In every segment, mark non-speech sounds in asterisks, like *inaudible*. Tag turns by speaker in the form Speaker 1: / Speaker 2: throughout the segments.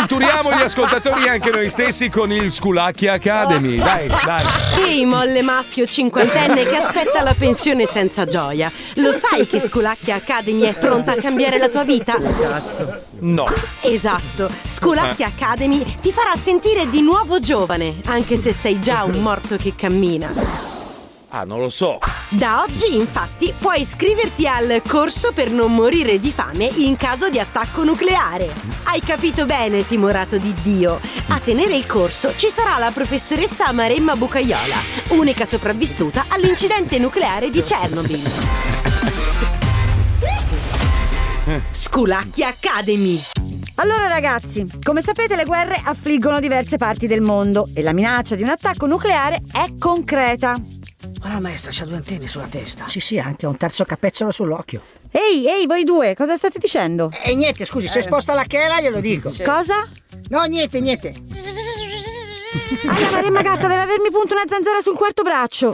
Speaker 1: istruiamo gli ascoltatori e anche noi stessi con il Sculacchia Academy. Dai, dai.
Speaker 2: Sì, molle maschio cinquantenne che aspetta la pensione senza gioia. Lo sai che Sculacchia Academy è pronta a cambiare la tua vita?
Speaker 3: Cazzo. No.
Speaker 2: Esatto, Sculacchia Academy ti farà sentire di nuovo giovane, anche se sei già un morto che cammina.
Speaker 3: Ah, non lo so.
Speaker 2: Da oggi, infatti, puoi iscriverti al corso per non morire di fame in caso di attacco nucleare. Hai capito bene, timorato di Dio. A tenere il corso ci sarà la professoressa Maremma Bucaiola, unica sopravvissuta all'incidente nucleare di Chernobyl. Sculacchia Academy.
Speaker 4: Allora ragazzi, come sapete le guerre affliggono diverse parti del mondo e la minaccia di un attacco nucleare è concreta.
Speaker 5: Ma la maestra c'ha due antenne sulla testa.
Speaker 6: Sì, sì, anche un terzo capezzolo sull'occhio.
Speaker 4: Ehi, ehi, voi due, cosa state dicendo?
Speaker 6: E niente, scusi,
Speaker 3: Eh.
Speaker 6: se sposta la chela glielo dico.
Speaker 4: Cosa?
Speaker 6: No, niente, niente.
Speaker 4: Ah, la Maremma Gatta deve avermi punto una zanzara sul quarto braccio.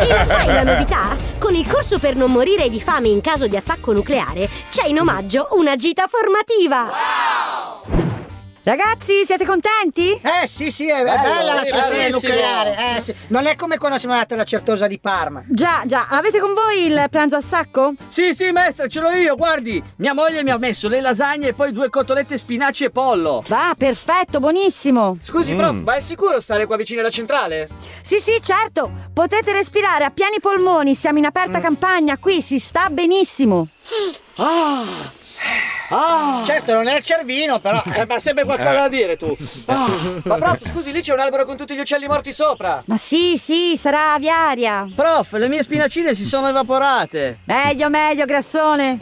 Speaker 2: E lo sai la novità? Con il corso per non morire di fame in caso di attacco nucleare c'è in omaggio una gita formativa.
Speaker 4: Ragazzi, siete contenti?
Speaker 6: Eh sì, sì, è, è bella la certosa nucleare. Eh, sì. Non è come quando siamo andati alla certosa di Parma.
Speaker 4: Già, già, avete con voi il pranzo a sacco?
Speaker 7: Sì, sì, maestra, ce l'ho io, guardi. Mia moglie mi ha messo le lasagne e poi due cotolette spinaci e pollo.
Speaker 4: Va, perfetto, buonissimo.
Speaker 7: Mm.
Speaker 8: Scusi, prof, ma è sicuro stare qua vicino alla centrale?
Speaker 4: Sì, sì, certo. Potete respirare a pieni polmoni, siamo in aperta campagna, qui si sta benissimo.
Speaker 7: Ah!
Speaker 3: Oh.
Speaker 7: Ah!
Speaker 6: Certo, non è il cervino,
Speaker 3: *laughs*
Speaker 6: però.
Speaker 7: Eh, ma sempre qualcosa da dire tu. *laughs*
Speaker 8: Ah, ma prof, scusi, lì c'è un albero con tutti gli uccelli morti sopra.
Speaker 4: Ma sì, sì, sarà aviaria.
Speaker 7: Prof, le mie spinacine si sono evaporate.
Speaker 4: Meglio, meglio, grassone.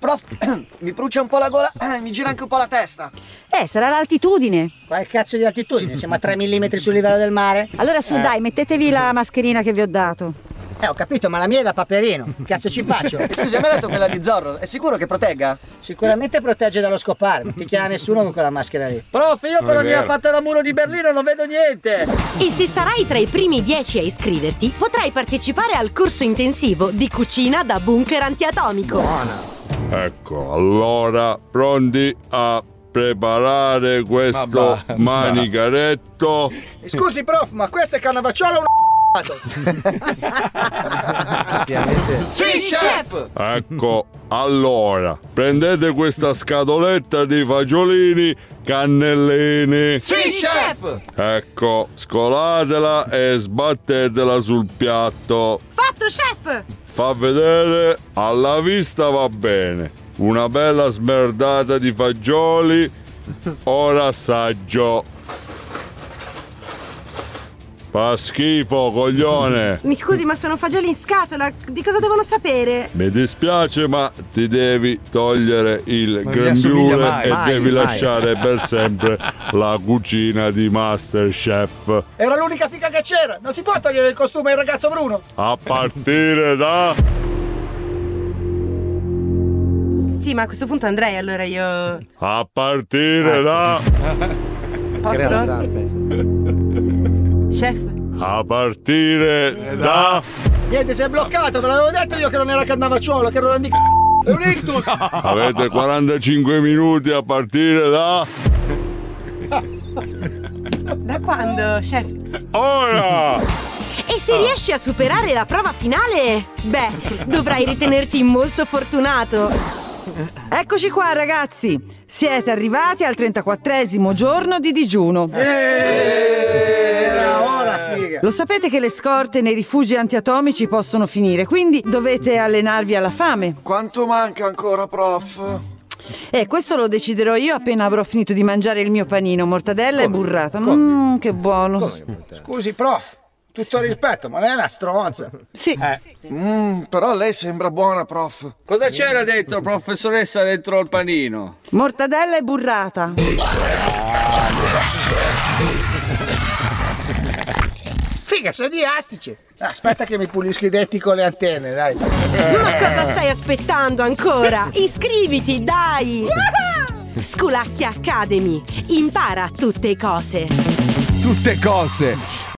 Speaker 8: Prof, *clears throat* mi brucia un po' la gola, eh, mi gira anche un po' la testa.
Speaker 4: Eh, sarà l'altitudine.
Speaker 6: Qual cazzo di altitudine? Siamo a 3 mm sul livello del mare.
Speaker 4: Allora su,
Speaker 6: Eh.
Speaker 4: dai, mettetevi la mascherina che vi ho dato.
Speaker 6: Eh, ho capito, ma la mia è da paperino. Che Cazzo
Speaker 3: *laughs*
Speaker 6: ci faccio?
Speaker 8: E scusi, mi ha detto quella di Zorro, è sicuro che protegga?
Speaker 6: Sicuramente protegge dallo scopare, non ti chiama nessuno con quella maschera lì.
Speaker 7: Prof, io
Speaker 1: Non
Speaker 7: con
Speaker 1: è
Speaker 7: la mia
Speaker 1: vero.
Speaker 7: fatta da muro di Berlino non vedo niente.
Speaker 2: E se sarai tra i primi 10 a iscriverti, potrai partecipare al corso intensivo di cucina da bunker antiatomico.
Speaker 9: Ecco, allora pronti a preparare questo
Speaker 1: basta.
Speaker 9: manicaretto?
Speaker 3: Eh, Scusi, prof, ma questa è cannavacciolo o un *laughs*
Speaker 6: *laughs*
Speaker 8: Sì, chef!
Speaker 9: Ecco, allora prendete questa scatoletta di fagiolini cannellini.
Speaker 8: Sì, chef!
Speaker 9: Ecco, scolatela e sbattetela sul piatto.
Speaker 4: Fatto, chef!
Speaker 9: Fa vedere, alla vista va bene. Una bella smerdata di fagioli. Ora assaggio. Fa schifo, coglione.
Speaker 2: Mi scusi, ma sono fagioli in scatola. Di cosa devono sapere?
Speaker 9: Mi dispiace, ma ti devi togliere il
Speaker 1: Non gli assomiglia
Speaker 9: grembiule
Speaker 1: mai,
Speaker 9: e
Speaker 1: mai,
Speaker 9: devi
Speaker 1: mai.
Speaker 9: lasciare per
Speaker 1: *laughs*
Speaker 9: sempre la cucina di Masterchef.
Speaker 3: Era l'unica figa che c'era. Non si può togliere il costume al ragazzo Bruno.
Speaker 9: A partire da.
Speaker 10: Sì, ma a questo punto andrei allora io.
Speaker 9: A partire
Speaker 1: Eh.
Speaker 9: da.
Speaker 10: Posso? Chef?
Speaker 9: A
Speaker 1: Eh,
Speaker 9: partire da.
Speaker 3: Niente, si è bloccato. Ve l'avevo detto io che non era cannavacciolo, che era un di c***o. È un ictus.
Speaker 9: Avete 45 minuti a partire da.
Speaker 10: Da quando, chef?
Speaker 9: Ora!
Speaker 2: E se riesci a superare la prova finale, beh, dovrai ritenerti molto fortunato.
Speaker 11: Eccoci qua ragazzi, siete arrivati al 34esimo giorno di digiuno.
Speaker 3: *laughs*
Speaker 8: Eh.
Speaker 3: Era ora, figa.
Speaker 11: Lo sapete che le scorte nei rifugi antiatomici possono finire, quindi dovete allenarvi alla fame.
Speaker 8: Quanto manca ancora, prof?
Speaker 11: E questo lo deciderò io appena avrò finito di mangiare il mio panino, mortadella e burrata. Mmm, che buono.
Speaker 3: Scusi, prof. Tutto rispetto, ma lei è una stronza.
Speaker 11: Sì,
Speaker 8: Mmm, però lei sembra buona, prof.
Speaker 7: Cosa c'era dentro, professoressa, dentro il panino?
Speaker 11: mortadella e burrata.
Speaker 3: Figa, sei di astice. Ah, Aspetta che mi pulisco i detti con le antenne, dai.
Speaker 2: Ma cosa stai aspettando ancora? Iscriviti, dai! Sculacchia Academy. Impara tutte cose.
Speaker 1: Tutte cose.